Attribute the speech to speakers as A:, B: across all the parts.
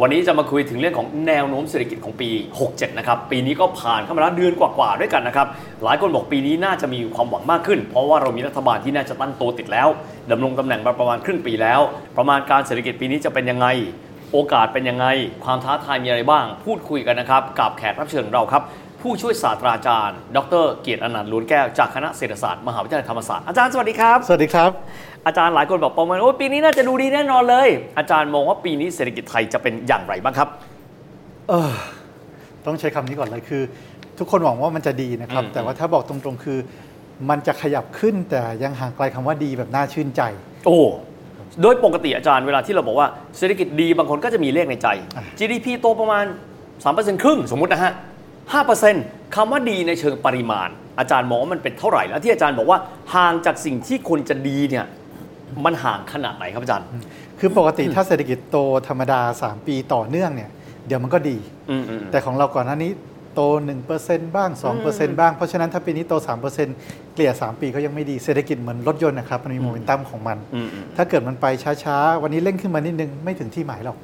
A: วันนี้จะมาคุยถึงเรื่องของแนวโน้มเศรษฐกิจของปี 67 นะครับ ปีนี้ก็ผ่านเข้ามาแล้วเดือนกว่าๆด้วยกันนะครับ หลายคนบอกปีนี้น่าจะมีความหวังมากขึ้น เพราะว่าเรามีรัฐบาลที่น่าจะตั้งตัวติดแล้วดำรงตำแหน่งมาประมาณครึ่งปีแล้ว ประมาณการเศรษฐกิจปีนี้จะเป็นยังไง โอกาสเป็นยังไง ความท้าทายมีอะไรบ้าง พูดคุยกันนะครับกับแขกรับเชิญของเราครับ ผู้ช่วยศาสตราจารย์ ดร เกียรติอนันต์ล้วนแก้วจากคณะเศรษฐศาสตร์มหาวิทยาลัยธรรมศาสตร์อาจารย์สวัสดีครับ
B: สวัสดีครับ
A: อาจารย์หลายคนบอกประเมินว่าปีนี้น่าจะดูดีแน่นอนเลย อาจารย์มองว่าปีนี้เศรษฐกิจไทยจะเป็นอย่างไรบ้างครับ
B: เออต้องใช้คำนี้ก่อนเลยคือ ทุกคนหวังว่ามันจะดีนะครับ
A: อืม
B: แต่ว่าถ้าบอกตรงๆคือ มันจะขยับขึ้นแต่ยังห่างไกลคำว่าดีแบบน่าชื่นใจ
A: โอ้ โดยปกติอาจารย์เวลาที่เราบอกว่าเศรษฐกิจดีบางคนก็จะมีเลขในใจ GDP โตประมาณ 3%ครึ่งสมมตินะฮะ 5%คำว่าดีในเชิงปริมาณ อาจารย์มองว่ามันเป็นเท่าไหร่ แล้วที่อาจารย์บอกว่าห่างจากสิ่งที่คนจะดีเนี่ยมันห่างขนาดไหนครับอาจารย์
B: คือปกติถ้าเศรษฐกิจโตธรรมดา 3 ปีต่อเนื่องเนี่ยเดี๋ยวมันก็ดี
A: อืมอืมอืม
B: แต่ของเราก่อนหน้านี้โต 1%บ้าง 2%บ้าง เพราะฉะนั้นถ้าปีนี้โต 3%เกลี่ย 3 ปีก็ยังไม่ดีเศรษฐกิจเหมือนรถยนต์นะครับมันมีโมเมนตัมของมัน
A: อืมอืม
B: ถ้าเกิดมันไปช้าๆ วันนี้เร่งขึ้นมานิดนึงไม่ถึงที่หมายหรอก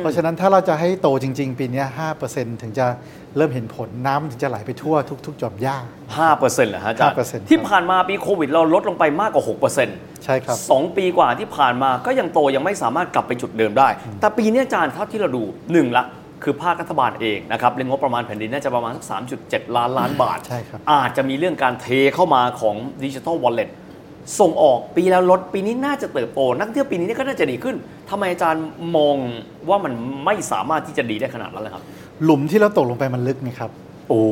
B: เพราะฉะนั้นถ้าเราจะให้โตจริง ๆ ปีเนี้5%ถึงจะเริ่มเห็นผลน้ำถึงจะไหลไปทั่วทุก ๆ จอมหญ้า
A: ห้าเปอร์เซ็นต์เหรอฮะอาจารย์
B: 5%
A: ที่
B: ครับ
A: ผ่านมาปีโควิดเราลดลงไปมากกว่าหกเปอร์เซ็นต์
B: ใช่ครับ
A: สองปีกว่าที่ผ่านมาก็ยังโตยังไม่สามารถกลับไปจุดเดิมได้ แต่ปีเนี้ยอาจารย์เท่าที่เราดูหนึ่งละ คือภาครัฐบาลเองนะครับเรื่องงบประมาณแผ่นดินน่าจะประมาณสัก 3.7 ล้านล้านบาท
B: ใช่ครับ
A: อาจจะมีเรื่องการเทเข้ามาของดิจิทัลวอลเล็ตส่งออกปีแล้วลดปีนี้น่าจะเติบโต นักท่องเที่ยวปีนี้ก็น่าจะดีขึ้นทำไมอาจารย์มองว่ามันไม่สามารถที่จะดีได้ขนาดนั้นเลยครับ
B: หลุมที่เราตกลงไปมันลึกไหมครับ
A: โอ้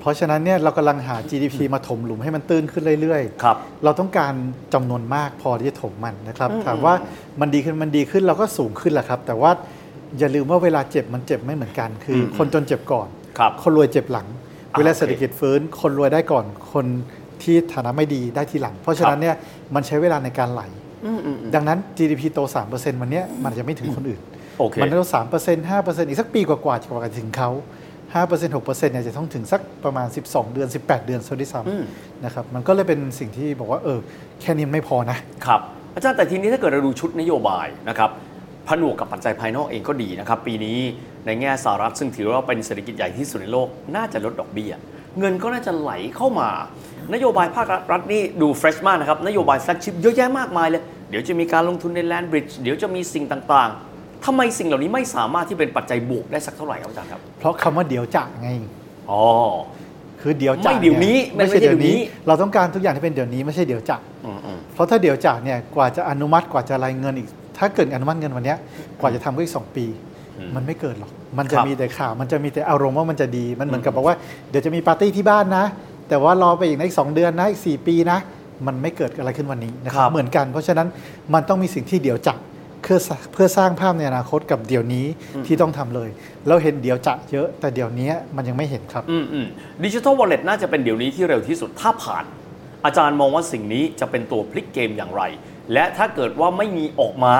B: เพราะฉะนั้นเนี่ยเรากำลังหา GDP มาถมหลุมให้มันตื้นขึ้นเรื่อยๆ
A: ครับ
B: เราต้องการจำนวนมากพอที่จะถมมันนะครับ ถามว่ามันดีขึ้นมันดีขึ้นเราก็สูงขึ้นแหละครับ แต่ว่าอย่าลืมว่าเวลาเจ็บมันเจ็บไม่เหมือนกัน คืออ
A: ม
B: คนจนเจ็บก่อน
A: ครับ
B: นรวยเจ็บหลัง
A: อ่า
B: เวลา
A: โอเค
B: เศรษฐกิจฟื้น คนรวยได้ก่อนคนที่ฐานะไม่ดีได้ทีหลัง เพราะฉะนั้นเนี่ยมันใช้เวลาในการไหล ดังนั้น GDP โต 3%วันเนี้ยมันอาจจะไม่ถึงคนอื่น
A: โอเค
B: มันต้อง 3% 5%อีกสักปีกว่าๆจะกว่าจะถึงเขา 5% 6%เนี่ยจะต้องถึงสักประมาณ 12 เดือน 18 เดือนซะด้วยซ้ำนะครับ มันก็เลยเป็นสิ่งที่บอกว่า เออ แค่นี้ไม่พอนะ
A: ครับอาจารย์แต่ทีนี้ถ้าเกิดเราดูชุดนโยบายนะครับผนวกกับปัจจัยภายนอกเองก็ดีนะครับ ปีนี้ในแง่สหรัฐซึ่งถือว่าเป็นเศรษฐกิจใหญ่ที่สุดในโลก น่าจะลดดอกเบี้ย เงินก็น่าจะไหลเข้ามา นโยบายภาครัฐนี่ดูเฟรชมากนะครับ นโยบายแฟลกชิพเยอะแยะมากมายเลย เดี๋ยวจะมีการลงทุนในแลนด์บริดจ์เดี๋ยวจะมีสิ่งต่างๆทำไมสิ่งเหล่านี้ไม่สามารถที่เป็นปัจจัยบวกได้สักเท่าไหร่ครับอาจารย์ครับ
B: เพราะคำว่าเดี๋ยวจะไง
A: อ๋อ
B: คือเดี๋ยวจะ
A: ไม่เดี๋ยวนี้ไม่
B: ไม่
A: ใช่
B: ใช่เดี๋ยว
A: เดี๋ย
B: นี้
A: วนี้
B: เราต้องการทุกอย่างที่เป็นเดี๋ยวนี้ไม่ใช่เดี๋ยวจะ
A: อืม
B: เพราะถ้าเดี๋ยวจากเนี่ยกว่าจะอนุมัติกว่าจะรายเงินอีก ถ้าเกิดอนุมัติเงินวันเนี้ยกว่าจะทำก็อีกสองปี มันไม่เกิดหรอก มันจะ
A: ครับ
B: มีแต่ข่าว มันจะมีแต่อารมณ์ว่ามันจะดี มันเหมือนกับบอกว่าเดี๋ยวจะมีปาร์ตี้ที่บ้านนะ แต่ว่ารอไปอีกนะอีกสองเดือนนะอีกสี่ปีนะ มันไม่เกิดอะไรขึ้นวันนี้นะค
A: ค
B: รั
A: รั
B: บบ เหมือนกัน เพราะฉะนั้นมันต้องมีสิ่งที่เดี๋ยวจักเพื่อเพื่อสร้างภาพในอนาคตกับเดี๋ยวนี้ที่ต้องทำเลย เราเห็นเดี๋ยวจะเยอะแต่เดี๋ยวนี้มันยังไม่เห็นครับ
A: อืมอืมดิจิทัลวอลเล็ตน่าจะเป็นเดี๋ยวนี้ที่เร็วที่สุดถ้าผ่าน อาจารย์มองว่าสิ่งนี้จะเป็นตัวพลิกเกมอย่างไร และถ้าเกิดว่าไม่มีออกมา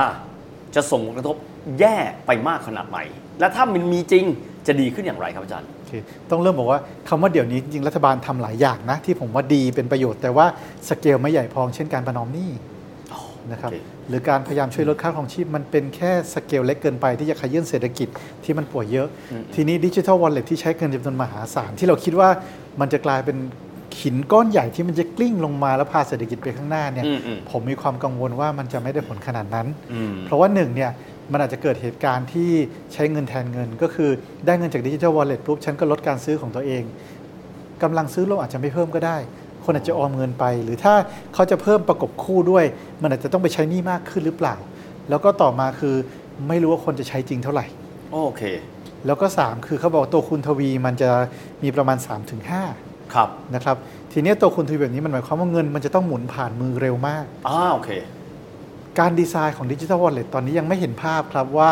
A: จะส่งผลกระทบแย่ไปมากขนาดไหน และถ้ามันมีจริงจะดีขึ้นอย่างไรครับอาจารย์
B: โอเคต้องเริ่มบอกว่าคำว่าเดี๋ยวนี้จริงๆรัฐบาลทำหลายอย่างนะ ที่ผมว่าดีเป็นประโยชน์แต่ว่าสเกลไม่ใหญ่พอเช่นการประนอมหนี้นะครับ
A: โอเค
B: หรือการพยายามช่วยลดค่าของชีพมันเป็นแค่สเกลเล็กเกินไปที่จะขยื่นเศรษฐกิจที่มันป่วยเยอะ ทีนี้ดิจิทัลวอลเล็ตที่ใช้เงินจำนวนมหาศาลที่เราคิดว่ามันจะกลายเป็นหินก้อนใหญ่ที่มันจะกลิ้งลงมาแล้วพาเศรษฐกิจไปข้างหน้าเนี่ย
A: อืมอืม
B: ผมมีความกังวลว่ามันจะไม่ได้ผลขนาดนั้น
A: อืม
B: เพราะว่าหนึ่งเนี่ยมันอาจจะเกิดเหตุการณ์ที่ใช้เงินแทนเงิน ก็คือได้เงินจากดิจิทัลวอลเล็ตปุ๊บฉันก็ลดการซื้อของตัวเองกำลังซื้อเราอาจจะไม่เพิ่มก็ได้ คนอาจจะออมเงินไป หรือถ้าเขาจะเพิ่มประกบคู่ด้วย มันอาจจะต้องไปใช้หนี้มากขึ้นหรือเปล่า แล้วก็ต่อมาคือไม่รู้ว่าคนจะใช้จริงเท่าไหร่
A: โอเค
B: แล้วก็สามคือเขาบอกตัวคุณทวีมันจะมีประมาณ 3-5
A: ครับ
B: นะครับทีเนี้ยตัวคุณทวีแบบนี้มันหมายความว่าเงินมันจะต้องหมุนผ่านมือเร็วมาก
A: อ่าโอเค
B: การดีไซน์ของดิจิทัลวอลเล็ตตอนนี้ยังไม่เห็นภาพครับว่า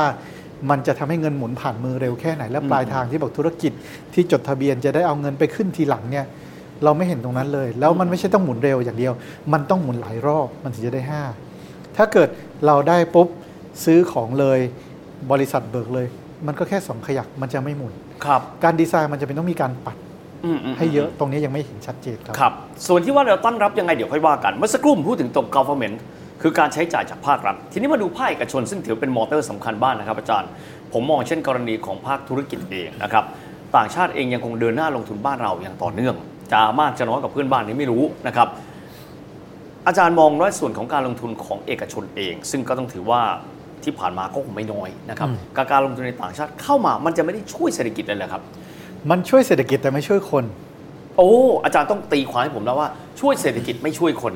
B: มันจะทำให้เงินหมุนผ่านมือเร็วแค่ไหน และปลายทางที่บอกธุรกิจที่จดทะเบียนจะได้เอาเงินไปขึ้นทีหลังเนี่ยเราไม่เห็นตรงนั้นเลย แล้วมันไม่ใช่ต้องหมุนเร็วอย่างเดียว มันต้องหมุนหลายรอบมันถึงจะได้ 5 ถ้าเกิดเราได้ปุ๊บซื้อของเลยบริษัทเบิกเลย มันก็แค่สองขยักมันจะไม่หมุน
A: ครับ
B: การดีไซน์มันจะเป็นต้องมีการปัด
A: อืมๆๆ
B: ให้เยอะตรงนี้ยังไม่เห็นชัดเจนครับ
A: ครับ ส่วนที่ว่าเราตั้งรับยังไงเดี๋ยวค่อยว่ากัน เมื่อสักครู่ผมพูดถึงตรง government คือการใช้จ่ายจากภาครัฐ ทีนี้มาดูภาคเอกชนซึ่งถือเป็นมอเตอร์สำคัญบ้างนะครับอาจารย์ ผมมองเช่นกรณีของภาคธุรกิจเองนะครับ ต่างชาติเองยังคงเดินหน้าลงทุนบ้านเราอย่างต่อเนื่อง จะมากจะน้อยกับเพื่อนบ้านนี้ไม่รู้นะครับ อาจารย์มองว่าส่วนของการลงทุนของเอกชนเอง ซึ่งก็ต้องถือว่าที่ผ่านมาก็คงไม่น้อยนะครับ การการลงทุนในต่างชาติเข้ามามันจะไม่ได้ช่วยเศรษฐกิจเลยเหรอครับ
B: มันช่วยเศรษฐกิจแต่ไม่ช่วยคน
A: โอ้ อาจารย์ต้องตีความให้ผมแล้วว่าช่วยเศรษฐกิจไม่ช่วยคน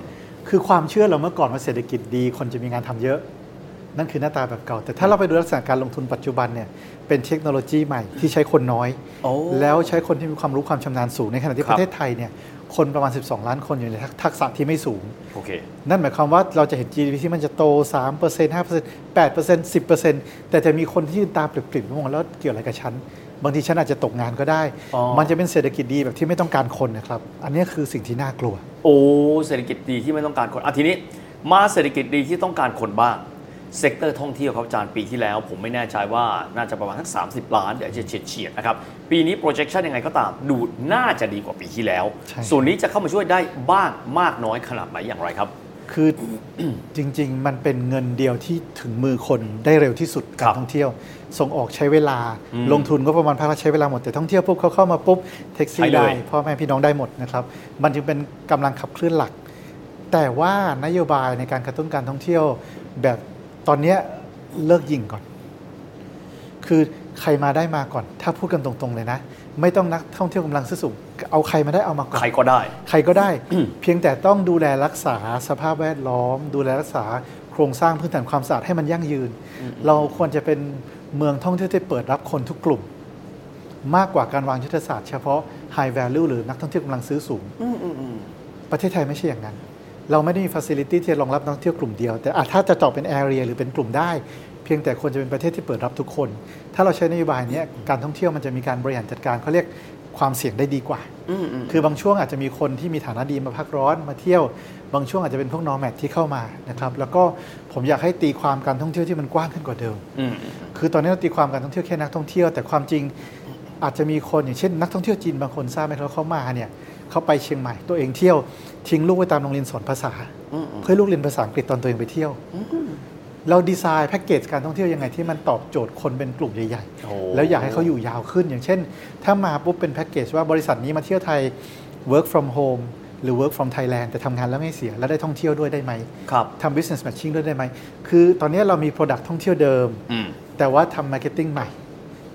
B: คือความเชื่อเราเมื่อก่อนว่าเศรษฐกิจดี คนจะมีงานทำเยอะ นั่นคือหน้าตาแบบเก่า แต่ถ้าเราไปดูลักษณะการลงทุนปัจจุบันเนี่ยเป็นเทคโนโลยีใหม่ที่ใช้คนน้อย
A: โอ้
B: แล้วใช้คนที่มีความรู้ความชำนาญสูงในขณะที่
A: ครั
B: ป
A: บ
B: ระเทศไทยเนี่ยคนประมาณ 12 ล้านคนอยู่ในทักษะที่ไม่สูง
A: โอเค
B: นั่นหมายความว่าเราจะเห็น GDP ที่มันจะโต 3% 5% 8% 10%แต่จะมีคนที่ยืนตาปริบๆมองแล้วเกี่ยวอะไรกับฉัน บางทีฉันอาจจะตกงานก็ได้
A: อ๋อ
B: มันจะเป็นเศรษฐกิจดีแบบที่ไม่ต้องการคนนะครับ อันนี้คือสิ่งที่น่ากลัว
A: โอ้เศรษฐกิจดีที่ไม่ต้องการคนอาทีนี้ มาเศรษฐกิจดีที่ต้องการคนบ้าง เซกเตอร์ท่องเที่ยวครับอาจารย์ปีที่แล้ว ผมไม่แน่ใจว่าน่าจะประมาณทั้ง30 ล้านเดี๋ยวจะเฉียดเฉียดๆนะครับ ปีนี้ projection ยังไงก็ตาม ดูน่าจะดีกว่าปีที่แล้ว
B: ใช่
A: ส่วนนี้จะเข้ามาช่วยได้บ้างมากน้อยขนาดไหนอย่างไรครับ
B: คือ จริง ๆ มันเป็นเงินเดียวที่ถึงมือคนได้เร็วที่สุดการ
A: คั
B: ร
A: บ
B: ท่องเที่ยว ส่งออกใช้เวลา
A: อืม
B: ลงทุนก็ประมาณภาครัฐใช้เวลาหมด แต่ท่องเที่ยวปุ๊บเขาเข้ามาปุ๊บแท็ก
A: ไป
B: ซี่
A: เล
B: ได้
A: ย
B: พ่อแม่พี่น้องได้หมดนะครับ มันจึงเป็นกำลังขับเคลื่อนหลัก แต่ว่านโยบายในการกระตุ้นการท่องเที่ยว แบบตอนเนี้ยเลิกยิงก่อน คือใครมาได้มาก่อน ถ้าพูดกันตรงๆเลยนะ ไม่ต้องนักท่องเที่ยวกำลังซื้อสูงเอาใครมาได้เอามาก่อน
A: ใครก็ได้
B: ใครก็ได้ เพียงแต่ต้องดูแลรักษาสภาพแวดล้อม ดูแลรักษาโครงสร้างพื้นฐานความสะอาดให้มันยั่งยืน เราควรจะเป็นเมืองท่องเที่ยวที่เปิดรับคนทุกกลุ่ม มากกว่าการวางยุทธศาสตร์เฉพาะ high value หรือนักท่องเที่ยวกำลังซื้อสูง ประเทศไทยไม่ใช่อย่างนั้น เราไม่ได้มีฟัซิลิตี้ที่จะรองรับนักท่องเที่ยวกลุ่มเดียว แต่อ่ะถ้าจะตอบเป็นแอเรียหรือเป็นกลุ่มได้ เพียงแต่ควรจะเป็นประเทศที่เปิดรับทุกคน ถ้าเราใช้นโยบายเนี้ยการท่องเที่ยวมันจะมีการบริหารจัดการเขาเรียกความเสี่ยงได้ดีกว่า คือบางช่วงอาจจะมีคนที่มีฐานะดีมาพักร้อนมาเที่ยว บางช่วงอาจจะเป็นพวกนอร์แมทที่เข้ามานะครับแล้วก็ผมอยากให้ตีความการท่องเที่ยวที่มันกว้างขึ้นกว่าเดิม คือตอนนี้เราตีความการท่องเที่ยวแค่นักท่องเที่ยว แต่ความจริงอาจจะมีคนอย่างเช่น นักท่องเที่ยวจีนบางคนทราบไหมครับเขามาเนี่ยเขาไปเชียงใหม่ตัวเองเที่ยวทิ้งลูกไว้ตามโรงเรียนสอนภาษา เพื่อให้ลูกเรียนภาษาอังกฤษตอนตัวเองไปเที่ยว เราดีไซน์แพ็กเกจการท่องเที่ยวยังไงที่มันตอบโจทย์คนเป็นกลุ่มใหญ่
A: โอ้
B: ๆ แล้วอยากให้เขาอยู่ยาวขึ้น อย่างเช่น ถ้ามาปุ๊บเป็นแพ็กเกจว่าบริษัทนี้มาเที่ยวไทย work from home หรือ work from Thailand แต่ทำงานแล้วไม่เสียแล้วได้ท่องเที่ยวด้วยได้ไหม
A: ครับ
B: ทำ business matching ด้วยได้ไหมคือตอนนี้เรามี product ท่องเที่ยวเดิม
A: อืม
B: แต่ว่าทำมาร์เก็ตติ้งใหม่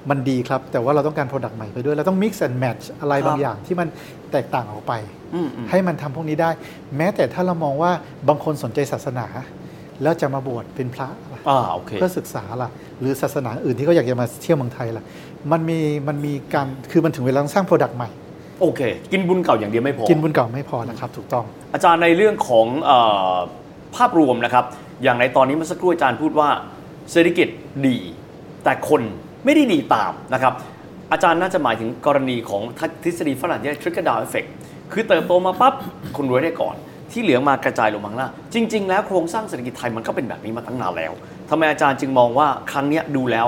B: มันดีครับ แต่ว่าเราต้องการ Product ใหม่ไปด้วย เราต้อง Mix and Match อะไร
A: ครับ
B: บางอย่างที่มันแตกต่างออกไป
A: อืมอืม
B: ให้มันทำพวกนี้ได้ แม้แต่ถ้าเรามองว่าบางคนสนใจศาสนา แล้วจะมาบวชเป็นพระล่ะ
A: อ่าโอเค
B: เพื่อศึกษาล่ะ หรือศาสนาอื่นที่เขาอยากจะมาเที่ยวเมืองไทยล่ะ มันมีมันมีการคือมันถึงเวลาต้องสร้าง Product ใหม่
A: โอเค กินบุญเก่าอย่างเดียวไม่พอ
B: กินบุญเก่าไม่พอนะครับถูกต้อง
A: อาจารย์ในเรื่องของเออภาพรวมนะครับ อย่างในตอนนี้เมื่อสักครู่อาจารย์พูดว่าเศรษฐกิจดี แต่คนไม่ได้ดีตามนะครับ อาจารย์น่าจะหมายถึงกรณีของทฤษฎีฝรั่งที่เรียก trickle down effect คือเติบโตมาปั๊บคนรวยได้ก่อน ที่เหลือมากระจายลงมาข้างล่างจริง ๆ แล้วโครงสร้างเศรษฐกิจไทยมันก็เป็นแบบนี้มาตั้งนานแล้วทำไมอาจารย์จึงมองว่าครั้งเนี้ยดูแล้ว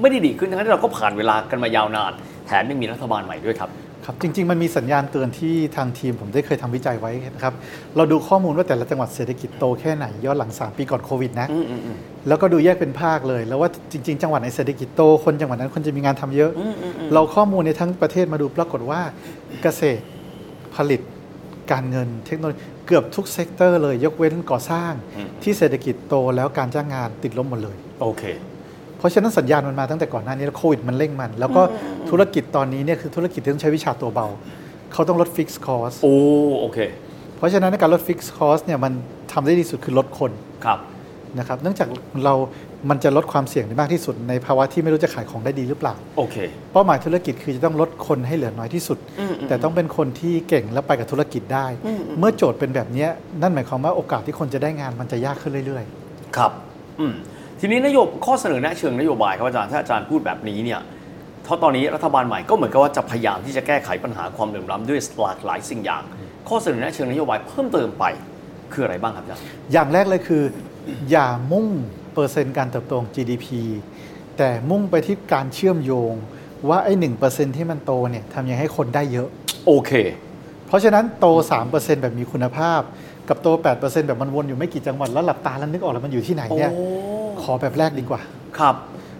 A: ไม่ได้ดีขึ้นทั้งที่เราก็ผ่านเวลากันมายาวนาน แถมยังมีรัฐบาลใหม่ด้วยครับ
B: ครับจริง ๆ มันมีสัญญาณเตือนที่ทางทีมผมได้เคยทำวิจัยไว้นะครับเราดูข้อมูลว่าแต่ละจังหวัดเศรษฐกิจโตแค่ไหนย้อนหลัง 3 ปีก่อนโควิดนะ
A: อืมอืมอืม
B: แล้วก็ดูแยกเป็นภาคเลย แล้วว่าจริง ๆ จังหวัดไหนเศรษฐกิจโตคนจังหวัดนั้นคนจะมีงานทำเยอะ เราข้อมูลในทั้งประเทศมาดูปรากฏว่าเกษตรผลิตการเงินเทคโนโลยีเกือบทุกเซกเตอร์เลยยกเว้นก่อสร้าง
A: อืม
B: ที่เศรษฐกิจโตแล้วการจ้างงานติดลบหมดเลย
A: โอเค
B: เพราะฉะนั้นสัญญาณมันมาตั้งแต่ก่อนหน้านี้แล้วโควิดมันเร่งมัน แล้วก็ธุรกิจตอนนี้เนี่ยคือธุรกิจที่ต้องใช้วิชาตัวเบา เขาต้องลดฟิกซ์คอส
A: โอ้โอเค
B: เพราะฉะนั้นการลดฟิกซ์คอสเนี่ยมันทำได้ดีสุดคือลดคน
A: ครับ
B: นะครับเนื่องจากเรามันจะลดความเสี่ยงได้มากที่สุด ในภาวะที่ไม่รู้จะขายของได้ดีหรือเปล่า
A: โอเค
B: เป้าหมายธุรกิจคือจะต้องลดคนให้เหลือน้อยที่สุด
A: อืมอืม
B: แต่ต้องเป็นคนที่เก่งและไปกับธุรกิจได้
A: อืมอืม
B: เมื่อโจทย์เป็นแบบเนี้ยนั่นหมายความว่าโอกาสที่คนจะได้งานมันจะยากขึ้นเรื่อย ๆ
A: ครับอืมทีนี้นโยบข้อเสนอแนะเชิงนโยบายครับอาจารย์ถ้าอาจารย์พูดแบบนี้เนี่ยเพราะตอนนี้รัฐบาลใหม่ก็เหมือนกับว่าจะพยายามที่จะแก้ไขปัญหาความเหลื่อมล้ำด้วยหลากหลายสิ่งอย่าง ข้อเสนอแนะเชิงนโยบายเพิ่มเติมไป คืออะไรบ้างครับอาจารย์
B: อย่างแรกเลยคือ อย่ามุ่งเปอร์เซ็นต์การเติบโตของ GDP แต่มุ่งไปที่การเชื่อมโยงว่าไอ้หนึ่งเปอร์เซ็นที่มันโตเนี่ยทำยังไงให้คนได้เยอะ
A: โอเค
B: เพราะฉะนั้นโต 3%แบบมีคุณภาพ กับโต 8%แบบมันวนอยู่ไม่กี่จังหวัดแล้วหลับตาแล้วนึกออกแล้วมันอยู่ที่ไหนเนี่ย
A: โอ้
B: ขอแบบแรกดีกว่า
A: ครับ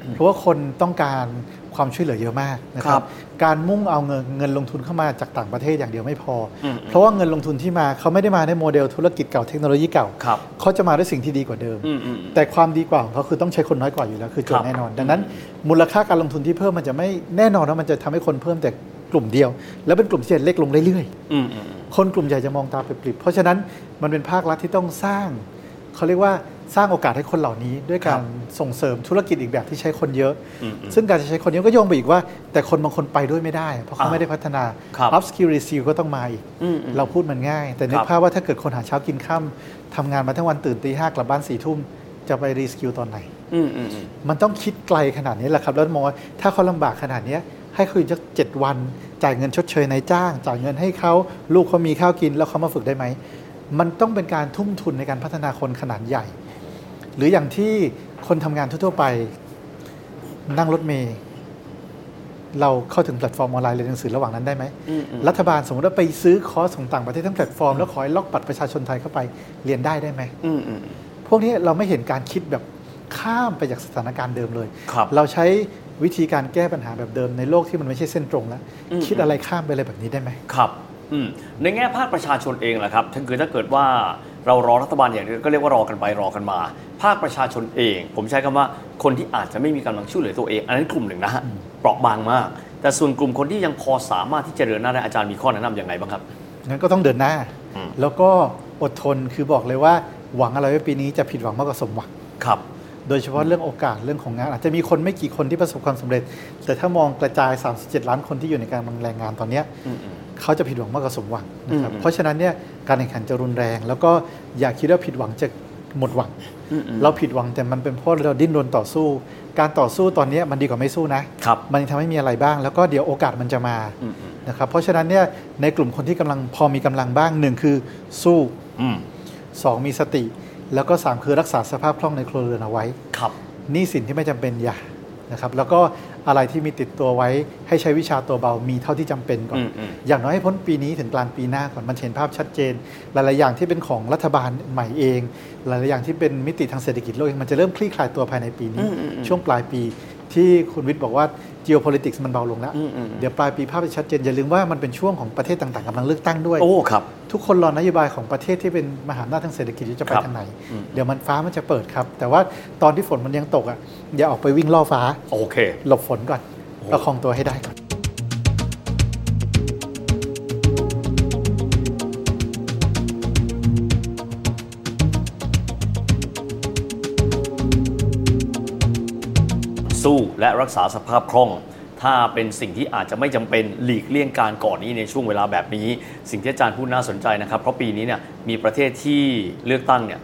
B: เพราะว่าคนต้องการความช่วยเหลือเยอะมากนะค
A: ครั
B: รับ
A: บ
B: การมุ่งเอาเงินเงินลงทุนเข้ามาจากต่างประเทศอย่างเดียวไม่พออ
A: ม
B: เพราะว่าเงินลงทุนที่มาเขาไม่ได้มาในโมเดลธุรกิจเก่าเทคโนโลยีเก่า
A: ครับ
B: เขาจะมาด้วยสิ่งที่ดีกว่าเดิม
A: อืมอืมอืม
B: แต่ความดีกว่าของเขาคือต้องใช้คนน้อยกว่าอยู่แล้วคือโจท
A: ครับ
B: ย์แน่นอน ดังนั้น มูลค่าการลงทุนที่เพิ่มมันจะไม่แน่นอนว่ามันจะทำให้คนเพิ่มแต่กลุ่มเดียว แล้วเป็นกลุ่มที่จะเล็กลงเรื่อยๆ
A: อืมอืมอืม
B: คนกลุ่มใหญ่จะมองตาปริบๆเพราะฉะนั้นมันเป็นภาครัฐที่ต้องสร้าง เขาเรียกว่าสร้างโอกาสให้คนเหล่านี้ ด้วยการส่งเสริมธุรกิจอีกแบบที่ใช้คนเยอะ
A: อืมๆ
B: ซึ่งการจะใช้คนเยอะก็โยงไปอีกว่า แต่คนบางคนไปด้วยไม่ได้ เพราะเขา
A: อ่า
B: ไม่ได้พัฒนา
A: ครับ
B: up skill r e s i l ก็ต้องมาอีก
A: อืมๆ
B: เราพูดมันง่าย แต่นึ
A: ค
B: ก
A: รับ
B: ภาพว่าถ้าเกิดคนหาเช้ากินค่ำทำงานมาทั้งวันตื่นตีห้ากลับบ้านสี่ทุ่มจะไปรีสกิลตอนไหน
A: อืมอืมอืม
B: มันต้องคิดไกลขนาดนี้แหละครับ แล้วมองว่าถ้าเขาลำบากขนาดเนี้ยให้เขาอยู่สักเจ็ดวัน จ่ายเงินชดเชยนายจ้าง จ่ายเงินให้เขาลูกเขามีข้าวกินแล้วเขามาฝึกได้ไหม มันต้องเป็นการทุ่มทุนในการพัฒนาคนขนาดใหญ่ หรืออย่างที่คนทำงานทั่วๆไปนั่งรถเมล์เราเข้าถึงแพลตฟอร์มออนไลน์เรียนหนังสือระหว่างนั้นได้ไหม
A: อืมอืม
B: รัฐบาลสมมติว่าไปซื้อคอร์สของต่างประเทศทั้งแพลตฟอร์มแล้วขอให้ล็อกบัตรประชาชนไทยเข้าไปเรียนได้ได้ไหม
A: อืมอืม
B: พวกนี้เราไม่เห็นการคิดแบบข้ามไปจากสถานการณ์เดิมเลย
A: ครับ
B: เราใช้วิธีการแก้ปัญหาแบบเดิมในโลกที่มันไม่ใช่เส้นตรงแล้ว
A: อืม
B: คิดอะไรข้ามไปเลยแบบนี้ได้ไหม
A: ครับอืมในแง่ภาคประชาชนเองแหละครับถ้าเกิดถ้าเกิดว่าเรารอรัฐบาลอย่างเดียวก็เรียกว่ารอกันไปรอกันมา ภาคประชาชนเอง ผมใช้คำว่าคนที่อาจจะไม่มีกำลังช่วยเหลือตัวเอง อันนั้นกลุ่มหนึ่งนะฮะเปราะบางมาก แต่ส่วนกลุ่มคนที่ยังพอสามารถที่จะเดินหน้าได้อาจารย์มีข้อแนะนำอย่างไรบ้างครับ
B: งั้นก็ต้องเดินหน้า
A: อืม
B: แล้วก็อดทนคือบอกเลยว่าหวังอะไรไว้ปีนี้จะผิดหวังมากกว่าสมหวัง
A: ครับ
B: โดยเฉพาะเรื่องโอกาสเรื่องของงาน อาจจะมีคนไม่กี่คนที่ประสบความสำเร็จ แต่ถ้ามองกระจาย 37 ล้านคนที่อยู่ในการแรงงานตอนเนี้ย เขาจะผิดหวังมากกว่าสมหวังนะครับ
A: อืม
B: เพราะฉะนั้นเนี่ยการแข่งขันจะรุนแรง แล้วก็อย่าคิดว่าผิดหวังจะหมดหวัง
A: อืมอืม
B: เราผิดหวังแต่มันเป็นเพราะเราดิ้นรนต่อสู้ การต่อสู้ตอนเนี้ยมันดีกว่าไม่สู้นะครับมันยังทำให้มีอะไรบ้าง แล้วก็เดี๋ยวโอกาสมันจะมา
A: อืมอืม
B: นะครับ เพราะฉะนั้นเนี่ยในกลุ่มคนที่กำลังพอมีกำลังบ้างหนึ่งคือสู้
A: อืม
B: สองมีสติ แล้วก็สามคือรักษาสภาพคล่องในครัวเรือนเอาไว้
A: ครับ
B: หนี้สินที่ไม่จำเป็นอย่านะครับแล้วก็อะไรที่มีติดตัวไว้ให้ใช้วิชาตัวเบามีเท่าที่จำเป็นก่อน
A: อืมอืม
B: อย่างน้อยให้พ้นปีนี้ถึงกลางปีหน้าก่อนมันเห็นภาพชัดเจน หลาย ๆ อย่างที่เป็นของรัฐบาลใหม่เอง หลาย ๆ อย่างที่เป็นมิติทางเศรษฐกิจโลกเองมันจะเริ่มคลี่คลายตัวภายในปีนี้
A: อืมอืมอืม
B: ช่วงปลายปีที่คุณวิทย์บอกว่า geopolitics มันเบาลงแล้ว
A: อืมอืมอืม
B: เดี๋ยวปลายปีภาพจะชัดเจนอย่าลืมว่ามันเป็นช่วงของประเทศต่าง ๆกำลังเลือกตั้งด้วย
A: โอ้ครับ
B: ทุกคนรอนโยบายของประเทศที่เป็นมหาอำนาจทางเศรษฐกิจจะไป
A: ครับ
B: ทางไหน
A: อืม
B: เดี๋ยวมันฟ้ามันจะเปิดครับ แต่ว่าตอนที่ฝนมันยังตกอ่ะอย่าออกไปวิ่งล่อฟ้า
A: โอเค
B: หลบฝนก่อนประคองตัวให้ได้ก่อน
A: สู้และรักษาสภาพคล่อง ถ้าเป็นสิ่งที่อาจจะไม่จำเป็นหลีกเลี่ยงการก่อนนี้ในช่วงเวลาแบบนี้ สิ่งที่อาจารย์พูดน่าสนใจนะครับ เพราะปีนี้เนี่ยมีประเทศที่เลือกตั้งเนี่ย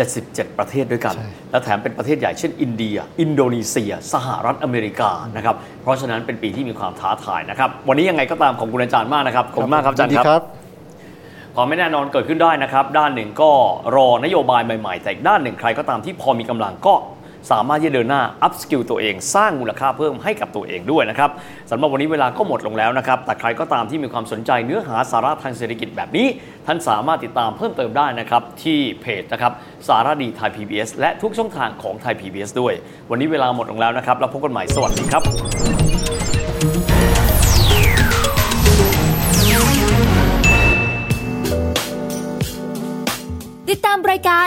A: 77 ประเทศด้วยกัน
B: ใช่
A: และแถมเป็นประเทศใหญ่เช่นอินเดีย อินโดนีเซีย สหรัฐอเมริกานะครับเพราะฉะนั้นเป็นปีที่มีความท้าทายนะครับวันนี้ยังไงก็ตามของคุณอาจารย์มากนะครับขอบคุณมากครับอาจารย์
B: ยิน
A: ครั
B: ดี
A: บ
B: ครับ
A: ความไม่แน่นอนเกิดขึ้นได้นะครับ ด้านหนึ่งก็รอนโยบายใหม่ๆ แต่อีกด้านหนึ่งใครก็ตามที่พอมีกำลังก็สามารถที่จะเดินหน้าอัพสกิลตัวเอง สร้างมูลค่าเพิ่มให้กับตัวเองด้วยนะครับสำหรับวันนี้เวลาก็หมดลงแล้วนะครับ แต่ใครก็ตามที่มีความสนใจเนื้อหาสาระทางเศรษฐกิจแบบนี้ ท่านสามารถติดตามเพิ่มเติมได้นะครับ ที่เพจนะครับสารดีไทย PBS และทุกช่องทางของไทย PBS ด้วย วันนี้เวลาหมดลงแล้วนะครับแล้วพบกันใหม่สวัสดีครับ
C: ติดตามรายการ